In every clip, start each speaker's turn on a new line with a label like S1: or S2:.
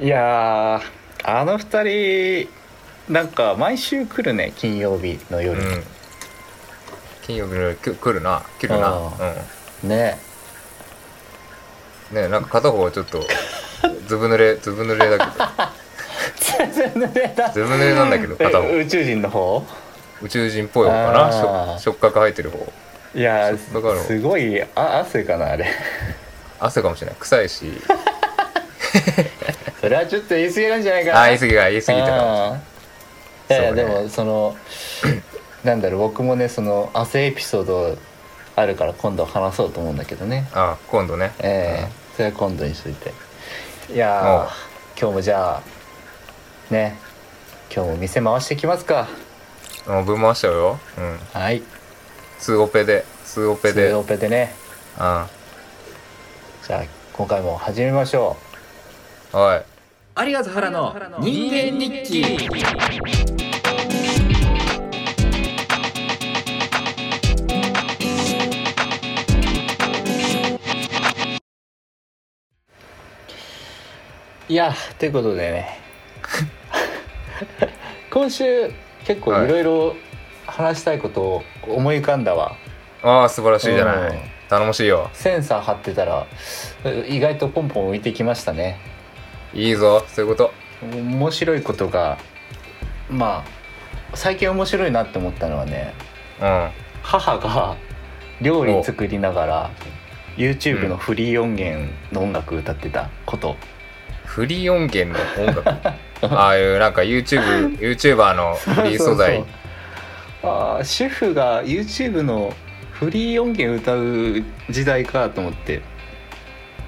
S1: いやーあの二人なんか毎週来るね金曜日の
S2: う
S1: 夜、
S2: ん金曜日の夜きゅ来るな来るな
S1: あ
S2: う
S1: ね
S2: んねなんか片方はちょっとずぶ濡れずぶ濡れだけどずぶ濡れなんだけど片方
S1: え宇宙人の方
S2: 宇宙人っぽい方か
S1: あー
S2: なしょ触覚生えてる方
S1: いや
S2: だから
S1: ーすごいあ汗かなあれ
S2: 汗かもしれない臭いし
S1: それはちょっと言い過ぎなんじゃないかな
S2: あー言い過ぎが言い過ぎたかも
S1: あーいやいや
S2: そうね
S1: でもそのなんだろう僕もねその汗エピソードあるから今度話そうと思うんだけどね
S2: あー今度ね
S1: ええ
S2: うん
S1: それは今度にしといていや
S2: おう
S1: ー今日もじゃあね今日も店回してきますか
S2: もうぶん回しちゃうようん
S1: はい
S2: ツーオペでツーオペで
S1: オペでね
S2: あ
S1: じゃあ今回も始めましょう
S2: おい
S1: ありがとう原の人間日記いやということでね 今週結構いろいろ話したいことを思い浮かんだわ、
S2: ああ素晴らしいじゃな
S1: うん
S2: い頼もしいよ
S1: センサー貼ってたら意外とポンポン浮いてきましたね
S2: いいぞそういうこと
S1: 面白いことがまあ最近面白いなって思ったのはね
S2: うん
S1: 母が料理作りながら YouTube のフリー音源の音楽歌ってたこと、
S2: フリー音源の 音楽ああいうなんか YouTube YouTuber のフリー素材
S1: そうそうあー主婦が YouTube のフリー音源歌う時代かと思って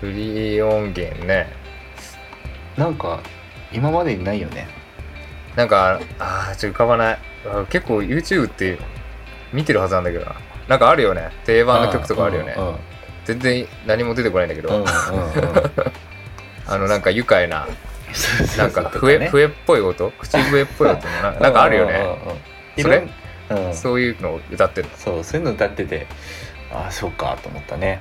S2: フリー音源ね
S1: なんか今までにないよね
S2: なんかああちょっと浮かばないあ結構 YouTube って見てるはずなんだけどななんかあるよね定番の曲とかあるよね
S1: うんうんうん
S2: 全然何も出てこないんだけど、
S1: うんうんうん
S2: あのなんか愉快ななんか
S1: そうそうそうと
S2: 笛,、
S1: ね
S2: 笛っぽい音口笛っぽい音もななんかあるよね
S1: うん
S2: そ
S1: うんうんうん。
S2: れ
S1: いろんうん、そ
S2: そういうのを歌ってる
S1: うそういうの歌っててああそうかと思ったね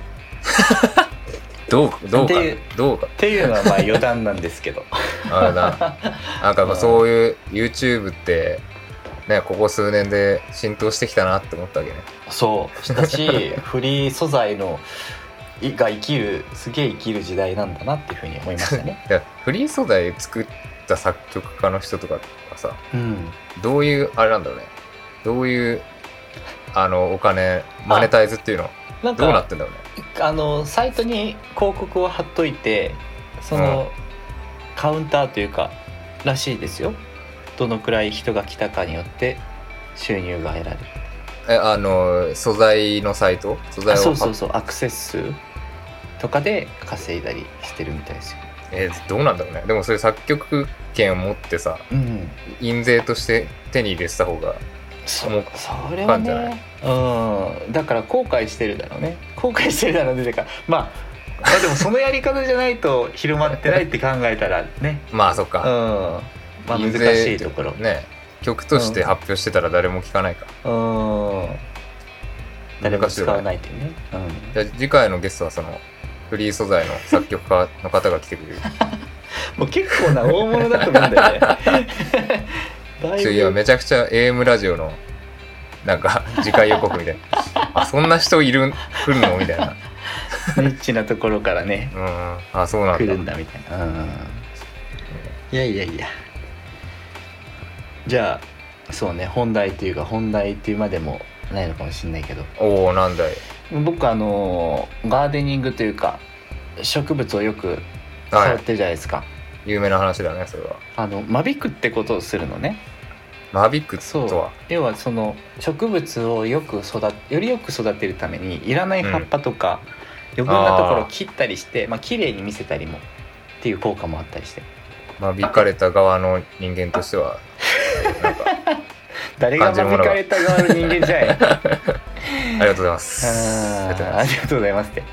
S2: どうどうか
S1: で
S2: どうか
S1: っていうのはまあ余談なんですけど
S2: あれ だなんかまあそういう YouTube ってねここ数年で浸透してきたなって思ったわけね
S1: そうしたしフリー素材のいが生きるすげえ生きる時代なんだなっていうふうに思いましたね
S2: いやフリー素材作った作曲家の人とかはさ
S1: うん
S2: どういうあれなんだろうねどういうあのお金マネタイズっていうの
S1: なん
S2: どうな
S1: か
S2: ってんだろうね
S1: あのサイトに広告を貼っといてその、カウンターというからしいですよどのくらい人が来たかによって収入が得られる
S2: えあの素材のサイト素材
S1: あ
S2: を
S1: そうそう
S2: は
S1: そうアクセス数とかで稼いだりしてるみたいですよ、
S2: えどうなんだろうねでもそういう作曲権を持ってさ
S1: うん、
S2: 印税として手に入れてた方が
S1: そ
S2: もう
S1: それ
S2: わか
S1: は
S2: んじゃな
S1: ねうんだから後悔してるだろうね後悔してるだろうねてかまあまあでもそのやり方じゃないと 広まってないって考えたらね
S2: まあそっ
S1: うん
S2: か、
S1: まあ難しいところ
S2: ね曲として発表してたら誰も聴かないか、
S1: うん誰も使わないっていうねうん
S2: じゃあ次回のゲストはそのフリー素材の作曲家の方が来てくれる
S1: もう結構な大物だと思うんだよね だい
S2: ち
S1: ぶ
S2: ょいやめちゃくちゃ AM ラジオのなんか次回予告みたいなあそんな人いる来るのみたいな
S1: ニッチなところからね
S2: うんあそうなんだ
S1: 来るんだみたいな、うん、いやいやいやじゃあそうね本題っていうか本題っていうまでもないのかもしれないけど
S2: おおなんだい
S1: 僕あのガーデニングというか植物をよく触
S2: は
S1: ってるじゃないですか、
S2: い有名な話だねそれは
S1: あの間引くってことをするのね
S2: マビックと
S1: そう
S2: は
S1: 要はその植物をよく育てよりよく育てるためにいらない葉っぱとか、余分なところを切ったりしてまあ綺麗に見せたりもっていう効果もあったり して
S2: 間引かれた側の人間として はなんか
S1: 誰が間引かれた側の人間じゃい
S2: ありがとうございますありがとうござ
S1: あ
S2: い
S1: りがとうござ いますって。
S2: ま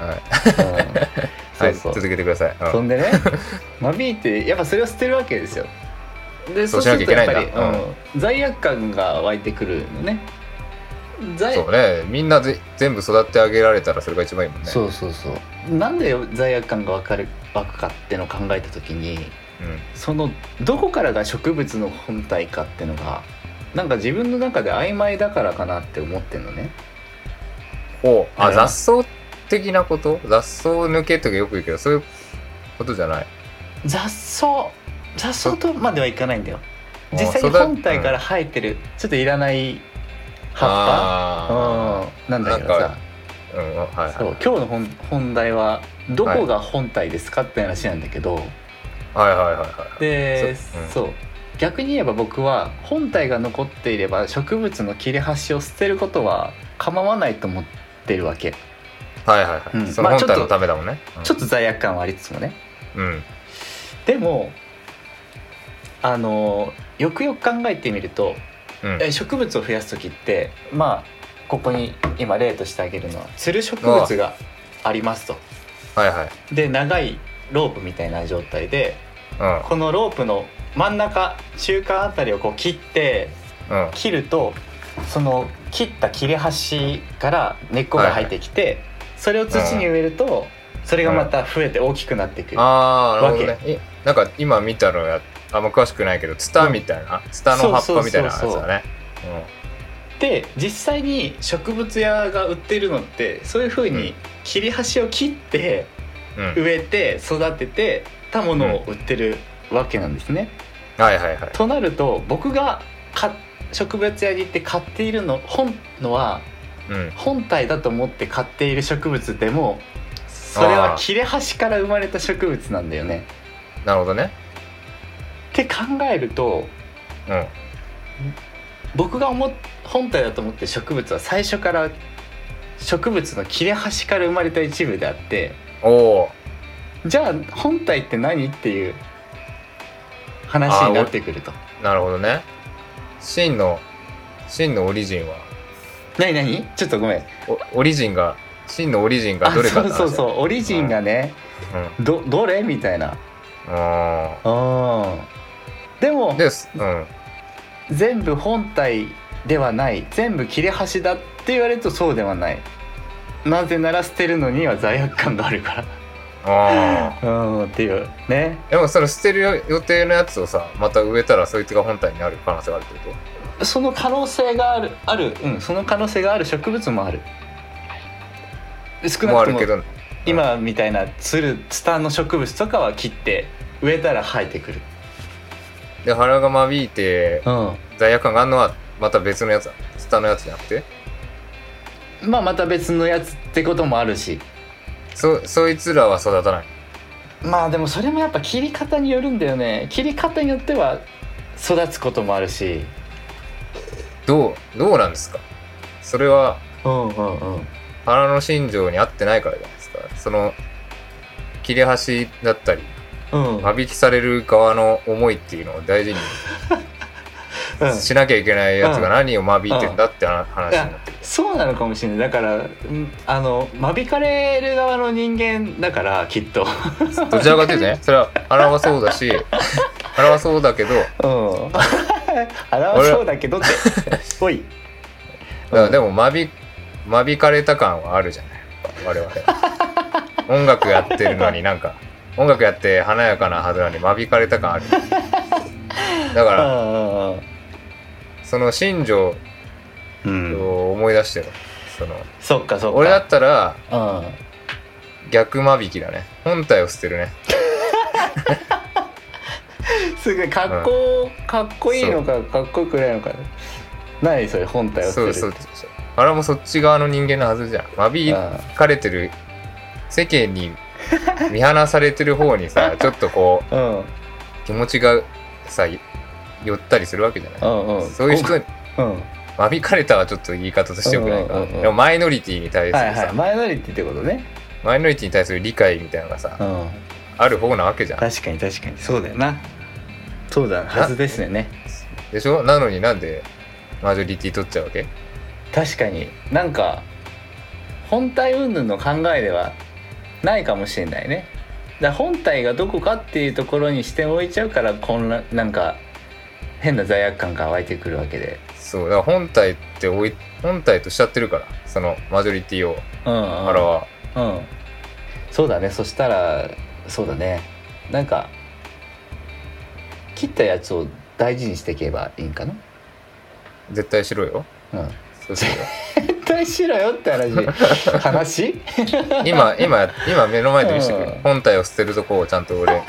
S2: す、はい
S1: うん
S2: は
S1: そ
S2: いう
S1: そう。
S2: 続けてください、うん
S1: そん でね、間引いてやっぱそれを捨てるわけですよ。で
S2: そうしなきゃいけないんだ
S1: そうするとやっぱりうん罪悪感が湧いてくるのね。罪
S2: そうねみんなぜ全部育ってあげられたらそれが一番いいもんね
S1: そうそうそう。なんで罪悪感がわかる湧くかってのを考えた時に、
S2: うん
S1: そのどこからが植物の本体かってのがなんか自分の中で曖昧だからかなって思ってんのね
S2: ほうあ
S1: うん
S2: 雑草的なこと雑草抜けとかよく言うけどそういうことじゃない
S1: 雑草雑草とまではいかないんだよ
S2: うん
S1: 実際に
S2: 育
S1: 本体から生えてるちょっといらない葉っぱ
S2: あ
S1: うんなんだけど
S2: なん
S1: さ
S2: かーうんはいはい
S1: そう今日の本本題はどこが本体ですかって話なんだけど、
S2: はいはいはいはい
S1: で
S2: そ
S1: そう,、
S2: うん
S1: 逆に言えば僕は本体が残っていれば植物の切れ端を捨てることは構わないと思ってるわけ
S2: はいはいは
S1: う
S2: い、
S1: ん
S2: その
S1: まあ
S2: 本
S1: ちょっと
S2: 体のためだもんね、うん
S1: ちょっと罪悪感はありつつもね
S2: うん
S1: でもあのよくよく考えてみると
S2: うん
S1: え植物を増やす時ってまあここに今例としてあげるのはつる植物がありますと
S2: はいはい
S1: で長いロープみたいな状態で
S2: うん
S1: このロープの真ん中中間あたりをこう切って
S2: うん
S1: 切るとその切った切れ端から根っこが生えてきて、それを土に植えると、それがまた増えて大きくなっていく、
S2: ああなるほどねえなんか今見たのやあんま詳しくないけどツタみたいな、ツタの葉っぱみたいなやつ
S1: そうそう
S2: だね
S1: で実際に植物屋が売ってるのってそういうふう
S2: うん
S1: に切り端を切って
S2: うん、うん
S1: 植えて育ててたものを売ってるわけなんですね。
S2: はいはいはい
S1: となると僕が買っ植物屋に行って買っているの本のは
S2: うん
S1: 本体だと思って買っている植物でもそれは切れ端から生まれた植物なんだよね。
S2: なるほどね
S1: って考えると
S2: うん
S1: 僕が思っ本体だと思ってる植物は最初から植物の切れ端から生まれた一部であって
S2: おお
S1: じゃあ本体って何っていう話になってくると。
S2: なるほどね真の真のオリジンは
S1: 何何ちょっとごめん。
S2: おオリジンが真のオリジンが
S1: あ
S2: どれかって話
S1: そうそうそうオリジンがね、
S2: うん
S1: どどれみたいな。
S2: あ
S1: うんでも
S2: ーですうん
S1: 全部本体ではない全部切れ端だって言われるとそうではない。なぜなら捨てるのには罪悪感があるか
S2: ああ
S1: ら。うんっていうね。
S2: でもそれ捨てる予定のやつをさまた植えたらそいつが本体になる可能性があるってこと
S1: その可能性があるあるうんその可能性がある植物もある少な
S2: もあ
S1: くと
S2: る
S1: も
S2: けど
S1: 今みたいなつるツタの植物とかは切って植えたら生えてくる
S2: で腹が間引いて
S1: う
S2: 罪悪感があるのはまた別のやつだツタのやつじゃなくて
S1: んまあまた別のやつってこともあるし
S2: そそいつらは育たない
S1: まあでもそれもやっぱ切り方によるんだよね切り方によっては育つこともあるし
S2: どうどうなんですかそれは
S1: うんうんうん
S2: 腹の心情に合ってないからじゃないですかその切れ端だったり
S1: うん
S2: 間引きされる側の思いっていうのを大事にしなきゃいけないやつが何を間引いてんだって話話になってる
S1: そうなのかもしれないだからうんあの間引かれる側の人間だからきっと
S2: どちらかというとねそれは腹はそうだ し腹はそうだけどだ
S1: うん 表そうだけどって おい
S2: からでも間引間引かれた感はあるじゃない 我々音楽やってるのになんか音楽やって華やかなはずなのに間引かれた感あるだか
S1: う
S2: ら
S1: んうんうん
S2: その心情
S1: うん
S2: を思い出してるその
S1: そっかそっか
S2: 俺だったら
S1: うん
S2: 逆間引きだね本体を捨てるね
S1: すごいかっこかっこいいのかかっこよくないのか何それ本体を捨て
S2: そ
S1: る
S2: うそうそうあれもそっち側の人間のはずじゃん間引
S1: う
S2: かれてる世間に見放されてる方に さちょっとこ
S1: んうん
S2: う気持ちがさ寄ったりするわけじゃ
S1: う
S2: ない、
S1: んうん
S2: そういう人に
S1: うん
S2: 間引かれたはちょっと言い方としてよくないか、
S1: うんうんうんうん
S2: でもマイノリティに対する
S1: は
S2: さ、
S1: いはいマイノリティってことね
S2: マイノリティに対する理解みたいなのがさ、
S1: うん
S2: ある方なわけじゃん
S1: 確かに確かにそうだよなそうだはずですよね
S2: でしょなのになんでマジョリティ取っちゃうわけ
S1: 確かになんか本体云々の考えではないかもしれないねだから本体がどこかっていうところに視点を置いちゃうから混乱なんか変な罪悪感が湧いてくるわけで
S2: そうだから本体っておい本体としちゃってるからそのマジョリティを
S1: うんうん
S2: あらは
S1: うんそうだねそしたらそうだねなんか切ったやつを大事にしていけばいいんかな
S2: 絶対しろよ
S1: うん
S2: そうそうよ
S1: 絶対しろよって 話話
S2: 今 今今目の前で見せてくれ、
S1: うん
S2: 本体を捨てるとこをちゃん と俺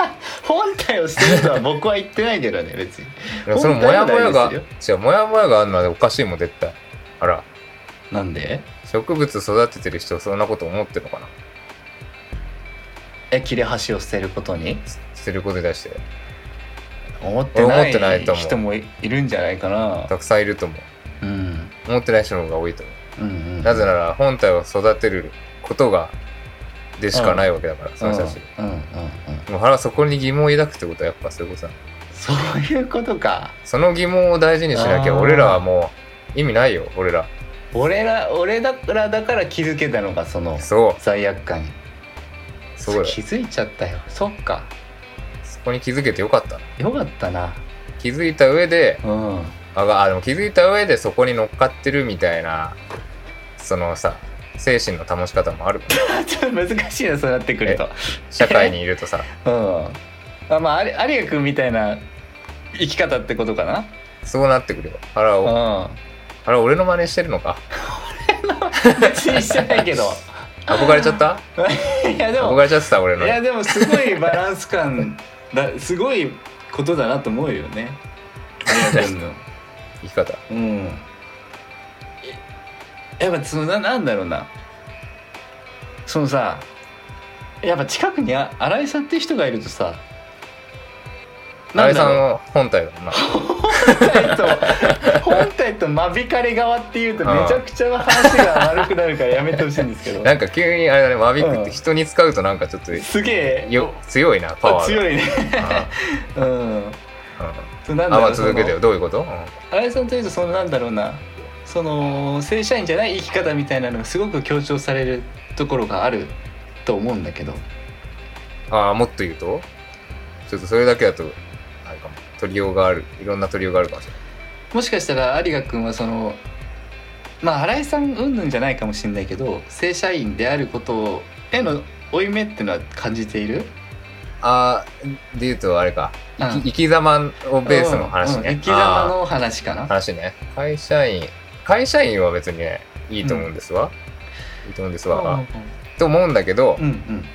S1: 本体を捨てるとは僕は言ってないけどね別に
S2: そのモヤモヤが
S1: 本体は大事
S2: 違うモヤモヤがあるのはおかしいもん絶対あら
S1: なんで
S2: 植物育ててる人そんなこと思ってるのかな
S1: え切れ端を捨てることに
S2: 捨てることに対して
S1: 思ってな
S2: 思ってない
S1: い
S2: と思う
S1: 人もいるんじゃないかな
S2: たくさんいると思う
S1: うん
S2: 思ってない人の方が多いと思
S1: うんう
S2: うんなぜなら本体を育てることがでしかないわけだから、その人たち
S1: うんうんうんうん
S2: もう原はそこに疑問を抱くってことはやっぱそういうことだ
S1: そういうことか
S2: その疑問を大事にしなきゃ
S1: あー
S2: 俺らはもう意味ないよ俺ら
S1: 俺ら俺だからだから気づけたのかその
S2: そ
S1: 罪悪感に
S2: うそうだよ
S1: 気づいちゃったよそっか
S2: そこに気づけてよかった
S1: よかったな
S2: 気づいた上で
S1: うん
S2: あがあでも気づいた上でそこに乗っかってるみたいなそのさ精神の保ち方もあるから
S1: ちょっと難しいなそうなってくると
S2: 社会にいるとさ
S1: うんあまああり有賀君みたいな生き方ってことかな
S2: そうなってくるよ原を
S1: う
S2: 原俺の真似してるのか
S1: ん別にしてない けど
S2: 憧れちゃった
S1: いやでも
S2: 憧れちゃってた俺
S1: い
S2: の
S1: やでもすごいバランス感だすごいことだなと思うよね有賀君の
S2: 生き方
S1: うんえやっぱそのななんだろうなそのさやっぱ近くにあ新井さんって人がいるとさ
S2: 新井さん
S1: う
S2: の本体だもんな
S1: 本体と本体と間引かれ側っていうとめちゃくちゃ話が悪くなるからやめてほしいんですけど
S2: なんか急にあれだねマビックって人に使うとなんかちょっと
S1: すげえ
S2: よ強いなパワーが
S1: 強いねうん
S2: うんうん
S1: そう なんだ
S2: あま
S1: ろ
S2: あ
S1: う
S2: 続けてよ
S1: そ
S2: どういうこと、うん
S1: の新井さんというとそのなんだろうなその正社員じゃない生き方みたいなのがすごく強調されるところがあると思うんだけど
S2: ああもっと言うとちょっとそれだけだとあれかも取りようがあるいろんな取りようがあるかもしれない
S1: もしかしたら有賀君はそのまあ新井さん云々じゃないかもしれないけど正社員であることへの負い目ってのは感じている
S2: あーで言うとあれか、
S1: うん
S2: 生き生き様をベースの話
S1: うん
S2: ね、
S1: うん生き様
S2: あ
S1: の話か
S2: ー
S1: な
S2: 話ね会社員会社員は別にねいいと思うんですわ、いいと思うんですわ、と思うんだけど、
S1: うんうん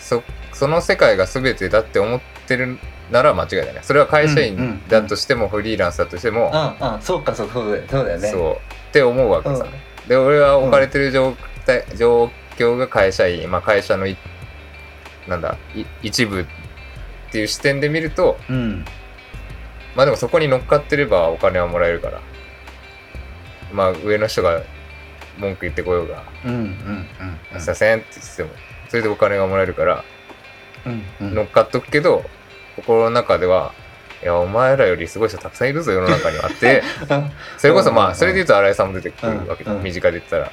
S2: そその世界が全てだって思ってるなら間違いだねそれは会社
S1: うんうん
S2: 員だとしてもフリーランスだとしても、
S1: ああそうかそうそうだよそうだよね
S2: そうって思うわけさ、で俺は置かれてる状態、状況が会社員、まあ、会社のいなんだい一部っていう視点で見ると
S1: うん、うん、
S2: まあでもそこに乗っかってればお金はもらえるからまあ上の人が文句言ってこようが
S1: うんうん
S2: 「すいません」って言ってもそれでお金がもらえるから
S1: うんうん
S2: 乗っかっとくけど心の中では「いやお前らよりすごい人たくさんいるぞ世の中に は」ってそれこ
S1: うん
S2: そ
S1: うん
S2: ま
S1: う
S2: あ
S1: ん
S2: それで言うと新井さんも出てくるわけだ、
S1: うんうん
S2: 身近で言ったら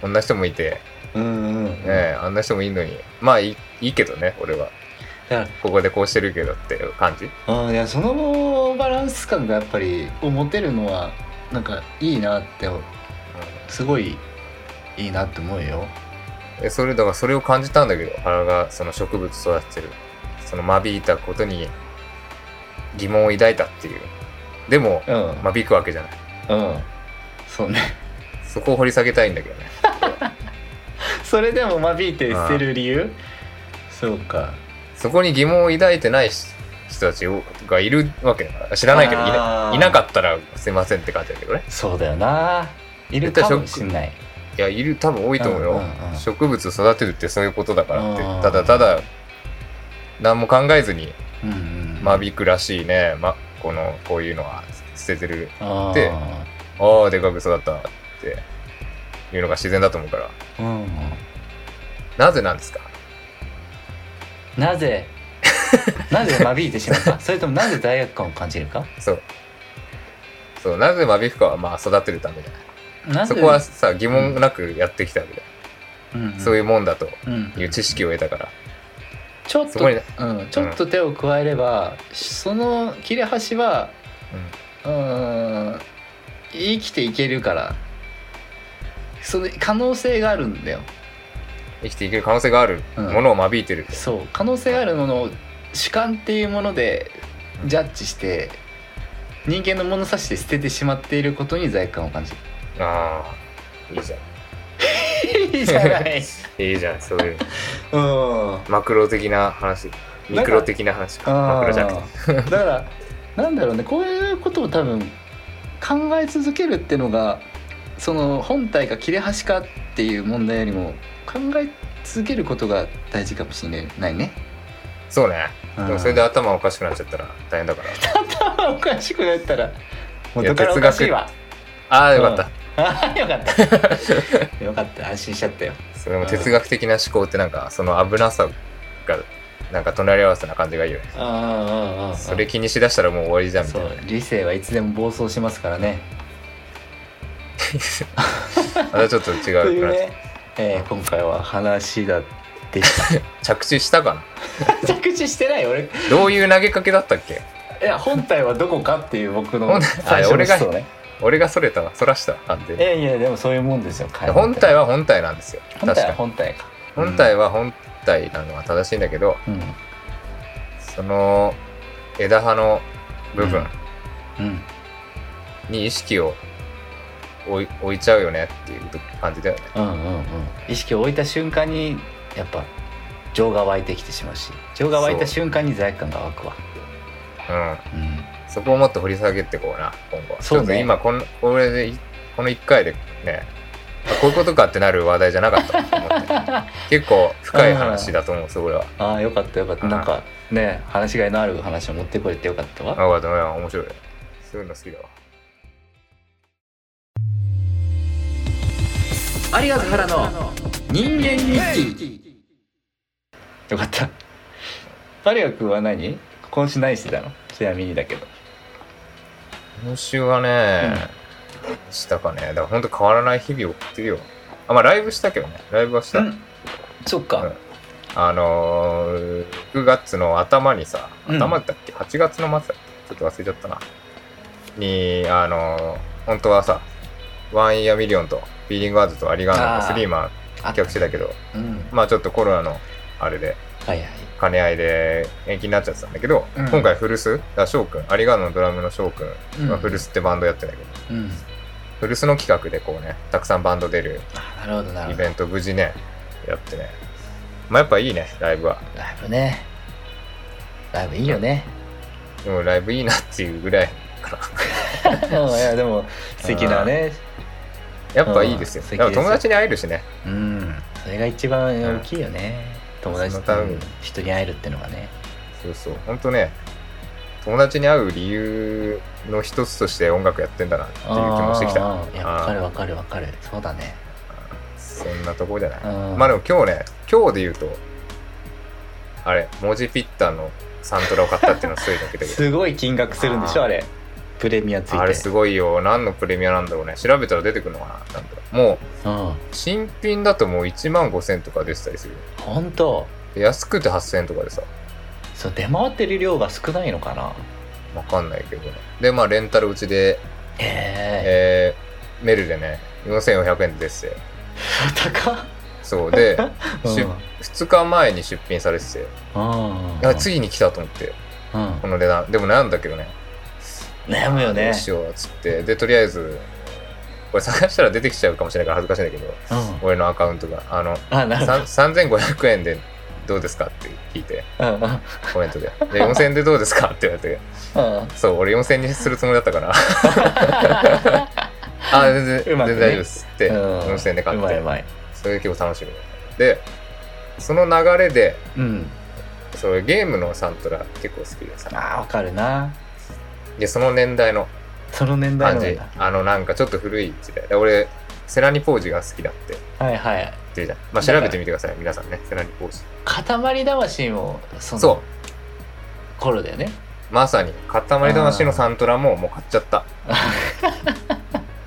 S2: こんな人もいて、
S1: うんうんうん
S2: ねえあんな人もいるのにまあいいいいけどね俺は
S1: だか
S2: ここでこうしてるけどっていう感じ
S1: らうんいやそのバランス感がやっぱりを持てるのはなんかいいなってすごいいいなって思うよ
S2: えそれだからそれを感じたんだけど原がその植物育ててるその間引いたことに疑問を抱いたっていうでも
S1: うん
S2: 間引くわけじゃない
S1: うんそうね
S2: そこを掘り下げたいんだけどね
S1: それでも間引いて捨てる理由そうか
S2: そこに疑問を抱いてないし人たちをがいるわけだから知らないけどい
S1: あ
S2: な
S1: ー
S2: いなかったらすいませんって感じだけどね
S1: そうだよないるかもしんない
S2: いやいる多分多いと思うよ、
S1: うんうんうん
S2: 植物育てるってそういうことだからって
S1: うん
S2: ただただ何も考えずに
S1: うんうん
S2: 間引くらしいね、ま、このこういうのは捨ててる
S1: あー
S2: でああでかく育ったっていうのが自然だと思うから
S1: うん
S2: なぜなんですか
S1: な ぜなぜ間引いてしまうかそれともなぜ罪悪感を感じるか
S2: そうそうなぜ間引くかはまあ育てるためじゃない
S1: なぜ
S2: そこは、さ疑問なくやってきたわけだよ、
S1: うんうん
S2: そういうもんだと
S1: うん
S2: いう知識を得たから、
S1: ちょっ
S2: そ
S1: と、
S2: こにね
S1: うん、ちょっと手を加えれば、その切れ端はうん生きていけるからその可能性があるんだよ
S2: 生きていける可能性があるものを間引いてる、
S1: そう可能性があるものを主観っていうものでジャッジして人間の物差しで捨ててしまっていることに罪悪感を感じ
S2: ああいいじゃん
S1: る いいじゃない
S2: いいじゃんそういう
S1: うん
S2: マクロ的な話ミクロ的な話かマクロじゃなくて
S1: あー だからなんだろうねこういうことを多分考え続けるってのがその本体か切れ端かっていう問題よりも考え続けることが大事かもしれないね。
S2: そうね
S1: うん
S2: でもそれで頭おかしくなっちゃったら大変だから
S1: 頭 おかしくなったら
S2: いや
S1: 元からおかしいわ。
S2: ああよかった、
S1: あーよかった。よかった安心しちゃったよ。
S2: それも哲学的な思考ってなんかその危なさがなんか隣り合わせな感じがいいよね
S1: ああ
S2: それ気にしだしたらもう終わりじゃんみ
S1: そ
S2: たいうな
S1: 理性はいつでも暴走しますからね。
S2: またちょっと
S1: と
S2: 違
S1: いうう
S2: くなっちゃ
S1: ね、えー今回は話だでした。
S2: う着地したかな
S1: 着地してない俺。
S2: どういう投げかけだったっけ
S1: いや本体はどこかっていう僕の
S2: 本
S1: 最
S2: 体
S1: 初の
S2: 俺が
S1: 思想ね
S2: 俺がそれたわそらした完
S1: い
S2: 全に
S1: やいやでもそういうもんですよ会話
S2: 本体は本体なんですよ
S1: 本体
S2: 確
S1: は
S2: かに
S1: 本体か
S2: 本体は本体なのは正しいんだけど
S1: うん
S2: その枝葉の部分
S1: うん
S2: に意識を置い置いちゃうよねっていう感じだよね
S1: うんうんうん意識を置いた瞬間にやっぱ情が湧いてきてしまうし情が湧いた瞬間に罪悪感が湧くわ
S2: うん
S1: うん
S2: そこをもっと掘り下げてこうな今後は
S1: そうね
S2: ちょっと今このこれでいこの1回でねあこういうことかってなる話題じゃなかったなと思って 結構深い話だと思うそこは
S1: ああよかったよかった
S2: うん
S1: なんかね話しがいのある話を持ってこれてよかったわ
S2: あわかった面白いそういうの好きだわ
S1: 有賀原の人間日記よかった有賀君は何今週何してたのちなみにだけど
S2: 今週はね、したかねだから本当変わらない日々を送ってるよあまあライブしたけどねライブはした、
S1: うんそっ
S2: う
S1: か
S2: んあのー、9月の頭にさ
S1: うん
S2: 頭だっけ、8月の末だっけちょっと忘れちゃったなにあのー、本当はさワンイヤーミリオンとフィーリングアーズとアリガーナ
S1: あ
S2: の
S1: ー
S2: スリーマン
S1: あ
S2: 企画してたけど
S1: うん
S2: まあちょっとコロナのあれで
S1: はいはい
S2: 兼ね合いで延期になっちゃってたんだけど、
S1: うん
S2: 今回古巣だ翔くんアリガーナのドラムの翔くん
S1: う
S2: が
S1: ん
S2: 古巣ってバンドやってんだけど、
S1: うん
S2: 古巣の企画でこうねたくさんバンド出る
S1: あなるほどなる
S2: イ
S1: ほど
S2: ベント無事ねやってねまあやっぱいいねライブは
S1: ライブねライブいいよね
S2: でもライブいいなっていうぐらいかな
S1: うんいやでも素敵だね
S2: やっぱいいですよ
S1: うん
S2: やっぱ友達に会えるしね
S1: うんそれが一番大きいよね、友達
S2: その
S1: と
S2: ために
S1: 人に会えるってのがね
S2: そうそうほんとね友達に会う理由の一つとして音楽やってんだなっていう気もしてきた
S1: あーいやわかるわかるわかるそうだね
S2: そんなところじゃない
S1: うん
S2: まあでも今日ね今日で言うとあれ文字ピッタのサントラを買ったっていうのはすごいだ けだけど
S1: すごい金額するんでしょあ
S2: あー
S1: れプレミアついて
S2: あれすごいよ何のプレミアなんだろうね調べたら出てくるのかななんだろうもう
S1: うん
S2: 新品だともう1万5000とか出てたりするよ
S1: 本当
S2: で安くて8000とかでさ
S1: そう出回ってる量が少ないのかな
S2: わかんないけどねでまあレンタルうちで、
S1: ええ
S2: えーメルでね4400円で出て
S1: ー、
S2: て
S1: 高っ
S2: そう で
S1: うん
S2: しゅ2日前に出品されてて
S1: うん
S2: あついに来たと思って
S1: うん
S2: この値段でも悩んだけどね
S1: 悩むよ
S2: ど
S1: ね
S2: うしようっつってでとりあえずこれ探したら出てきちゃうかもしれないから恥ずかしいんだけど
S1: うん
S2: 俺のアカウントが あの
S1: あなるほ
S2: さん3500円でどうですかって聞いて
S1: どうんうん
S2: コメントでで4000円でどうですかって言われて
S1: うん
S2: そう、俺4000にするつもりだっ たから。あ、全然、
S1: うま
S2: 全
S1: くね
S2: 然大丈夫ですって、
S1: うん
S2: 4000で買
S1: う
S2: っ
S1: まい
S2: て
S1: う、まい
S2: それ結構楽しみだった。で、その流れで、
S1: うん
S2: そうゲームのサントラ結構好きで
S1: あ
S2: さ、
S1: ーわかるな
S2: で、その年代の
S1: その年代
S2: 感
S1: の
S2: じ、あの、なんかちょっと古い時代。で俺、セラニポージが好きだって
S1: はいはい
S2: 言うじゃん。まあ、調べてみてください、皆さんね、セラニポージ。
S1: 塊魂もそ
S2: そ
S1: の頃だよね
S2: う、まさに、塊魂のサントラももう買っちゃった。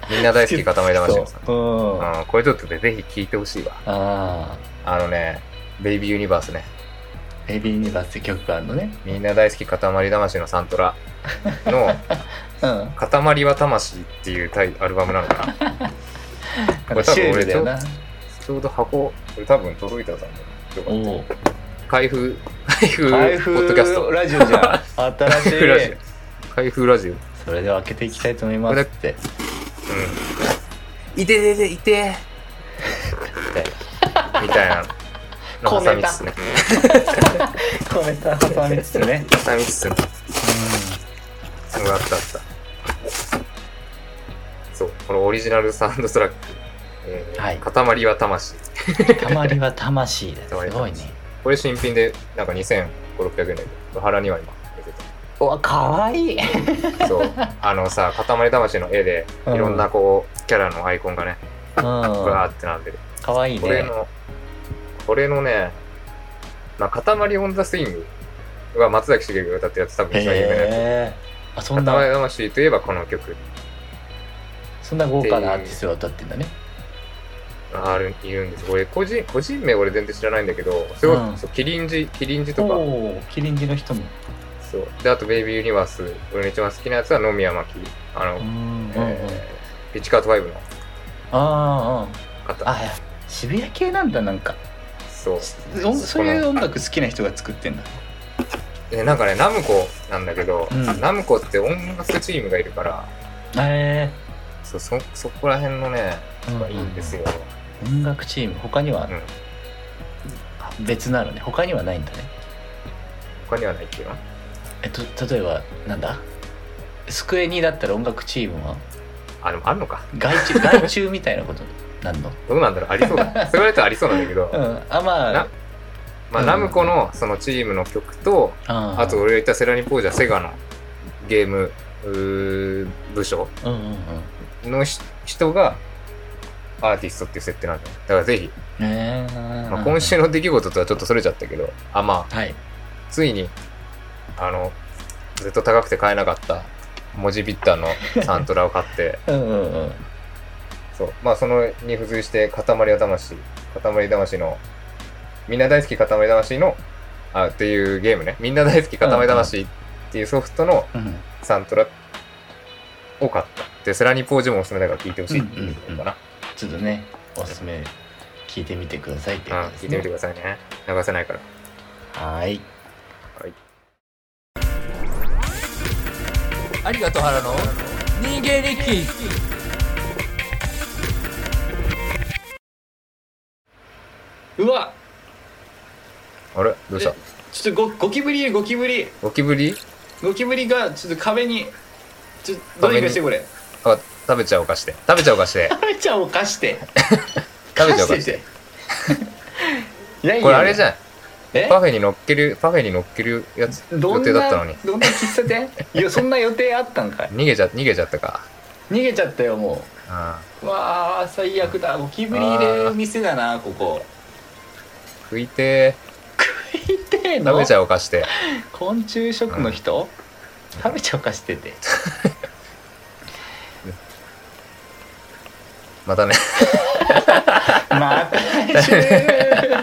S2: みんな大好き、塊魂のサント
S1: そううんあ
S2: ラ。うん、これちょっとね、ぜひ聴いてほしいわ。
S1: あ
S2: あのね、ベイビーユニバースね。
S1: ーベビーユニバースって曲があるのね
S2: みんな大好き塊魂のサントラ の
S1: うん
S2: 「塊は魂」っていうタイアルバムなのかな。これ多
S1: シュ
S2: 分
S1: ールだ
S2: 俺ちょ
S1: よな
S2: ちょうど箱、これ多分届いたと思う。よか
S1: お
S2: っ
S1: お
S2: 開封開封
S1: 開
S2: ポッドキャス
S1: 封
S2: ト
S1: ラジオ じゃん新し
S2: 開封ラジ
S1: い
S2: オ開封ラジオうん
S1: それでは開けていきたいと思いますって
S2: いててていてみたいなの
S1: 小
S2: 挟
S1: ネ
S2: み
S1: タ
S2: つつね
S1: コメント挟みつつね
S2: 挟みつつねうんあったあったそうこのオリジナルサウンドトラックえー
S1: はい
S2: 塊は魂」
S1: たまりは魂だすごいね
S2: これ新品でなんか2500600円だけど原には今入れて
S1: うわ可愛いい
S2: たそうあのさ「塊魂」の絵で
S1: うん
S2: いろんなこうキャラのアイコンがね
S1: うん
S2: バーって並んでる
S1: 可愛いい
S2: これ
S1: ね
S2: のこれのね「まあ、塊オン・ザ・スイング」が松崎しげるが歌ってるやつ多分一番有名なやつ
S1: へえあ
S2: 「
S1: そん
S2: 塊
S1: な
S2: 魂」といえばこの曲
S1: そんな豪華なアーティストが歌ってんだね
S2: あるいるんです俺個人個人名俺全然知らないんだけどすごい、
S1: うん
S2: そうキリンジキリンジ
S1: お
S2: とか
S1: おーキリンジの人も
S2: そうであと「ベイビー・ユニバース」俺の一番好きなやつは野宮真紀あの、
S1: うんうんうん
S2: えーピッチカート5の
S1: あああ
S2: 方
S1: あいや渋谷系なんだなんか
S2: そう
S1: おそういう音楽好きな人が作ってんだ
S2: でなんかねナムコなんだけど、
S1: うん
S2: ナムコって音楽チームがいるから
S1: へえ
S2: そうそそこら辺のねがいいんですよ、
S1: 音楽チーム他には
S2: うん
S1: 別なのね他にはないんだね
S2: 他にはないっていうの
S1: えっと例えばなんだスクエニだったら音楽チームは
S2: あでもあるのか
S1: 外 注外注みたいなことなんの
S2: どうなんだろうありそうだ そう言われたらありそうなんだけど、
S1: うんあまあ
S2: なまあ、
S1: うん
S2: ナムコのそのチームの曲と、
S1: あ
S2: あと俺が言ったセラニポージャセガのゲームうー部署
S1: うんうんうん
S2: のひ人がアーティストっていう設定なんだよだからぜひ、
S1: え
S2: まあ、今週の出来事とはちょっとそれちゃったけどあまあ
S1: はい
S2: ついにあのずっと高くて買えなかった文字ビッターのサントラを買って
S1: うんうんうん
S2: そうまあそのに付随して「塊は魂」「塊魂」の「みんな大好き塊魂の」あっていうゲームね「みんな大好き塊魂」っていうソフトの
S1: うん
S2: サントラを買ったでセラニポージュもおすすめだから聞いてほしいっていうことかな、
S1: ちょっとねおすすめ聞いてみてくださいって
S2: うん
S1: ことです
S2: 聞い
S1: ね
S2: てみてくださいね流せないから
S1: はい
S2: はい
S1: ありがとう原の逃げ力うわ
S2: あれどうした
S1: ちょっとごゴキブリゴキブリ
S2: ゴキブリ
S1: ゴキブリがちょっと壁にちょっとどうにかしてこれ
S2: あ食べちゃおうかして食べちゃおうかして
S1: 食べちゃおうかして
S2: 食べちゃおうかして
S1: ていやいや
S2: これあれじゃん
S1: え
S2: パフェに乗っけるパフェに乗っけるやつ
S1: ど
S2: 予
S1: ん
S2: 定
S1: な
S2: だったのに
S1: どんな喫茶店いやそんな予定あったんかい
S2: 逃げちゃ逃げちゃったか
S1: 逃げちゃったよも
S2: あ
S1: ううわあ最悪だゴキブリ入れる店だなここ
S2: 食いて
S1: 痛え
S2: ー
S1: の
S2: 食べちゃおうかして
S1: 昆虫食の人、食べちゃおかして て
S2: またね
S1: また来週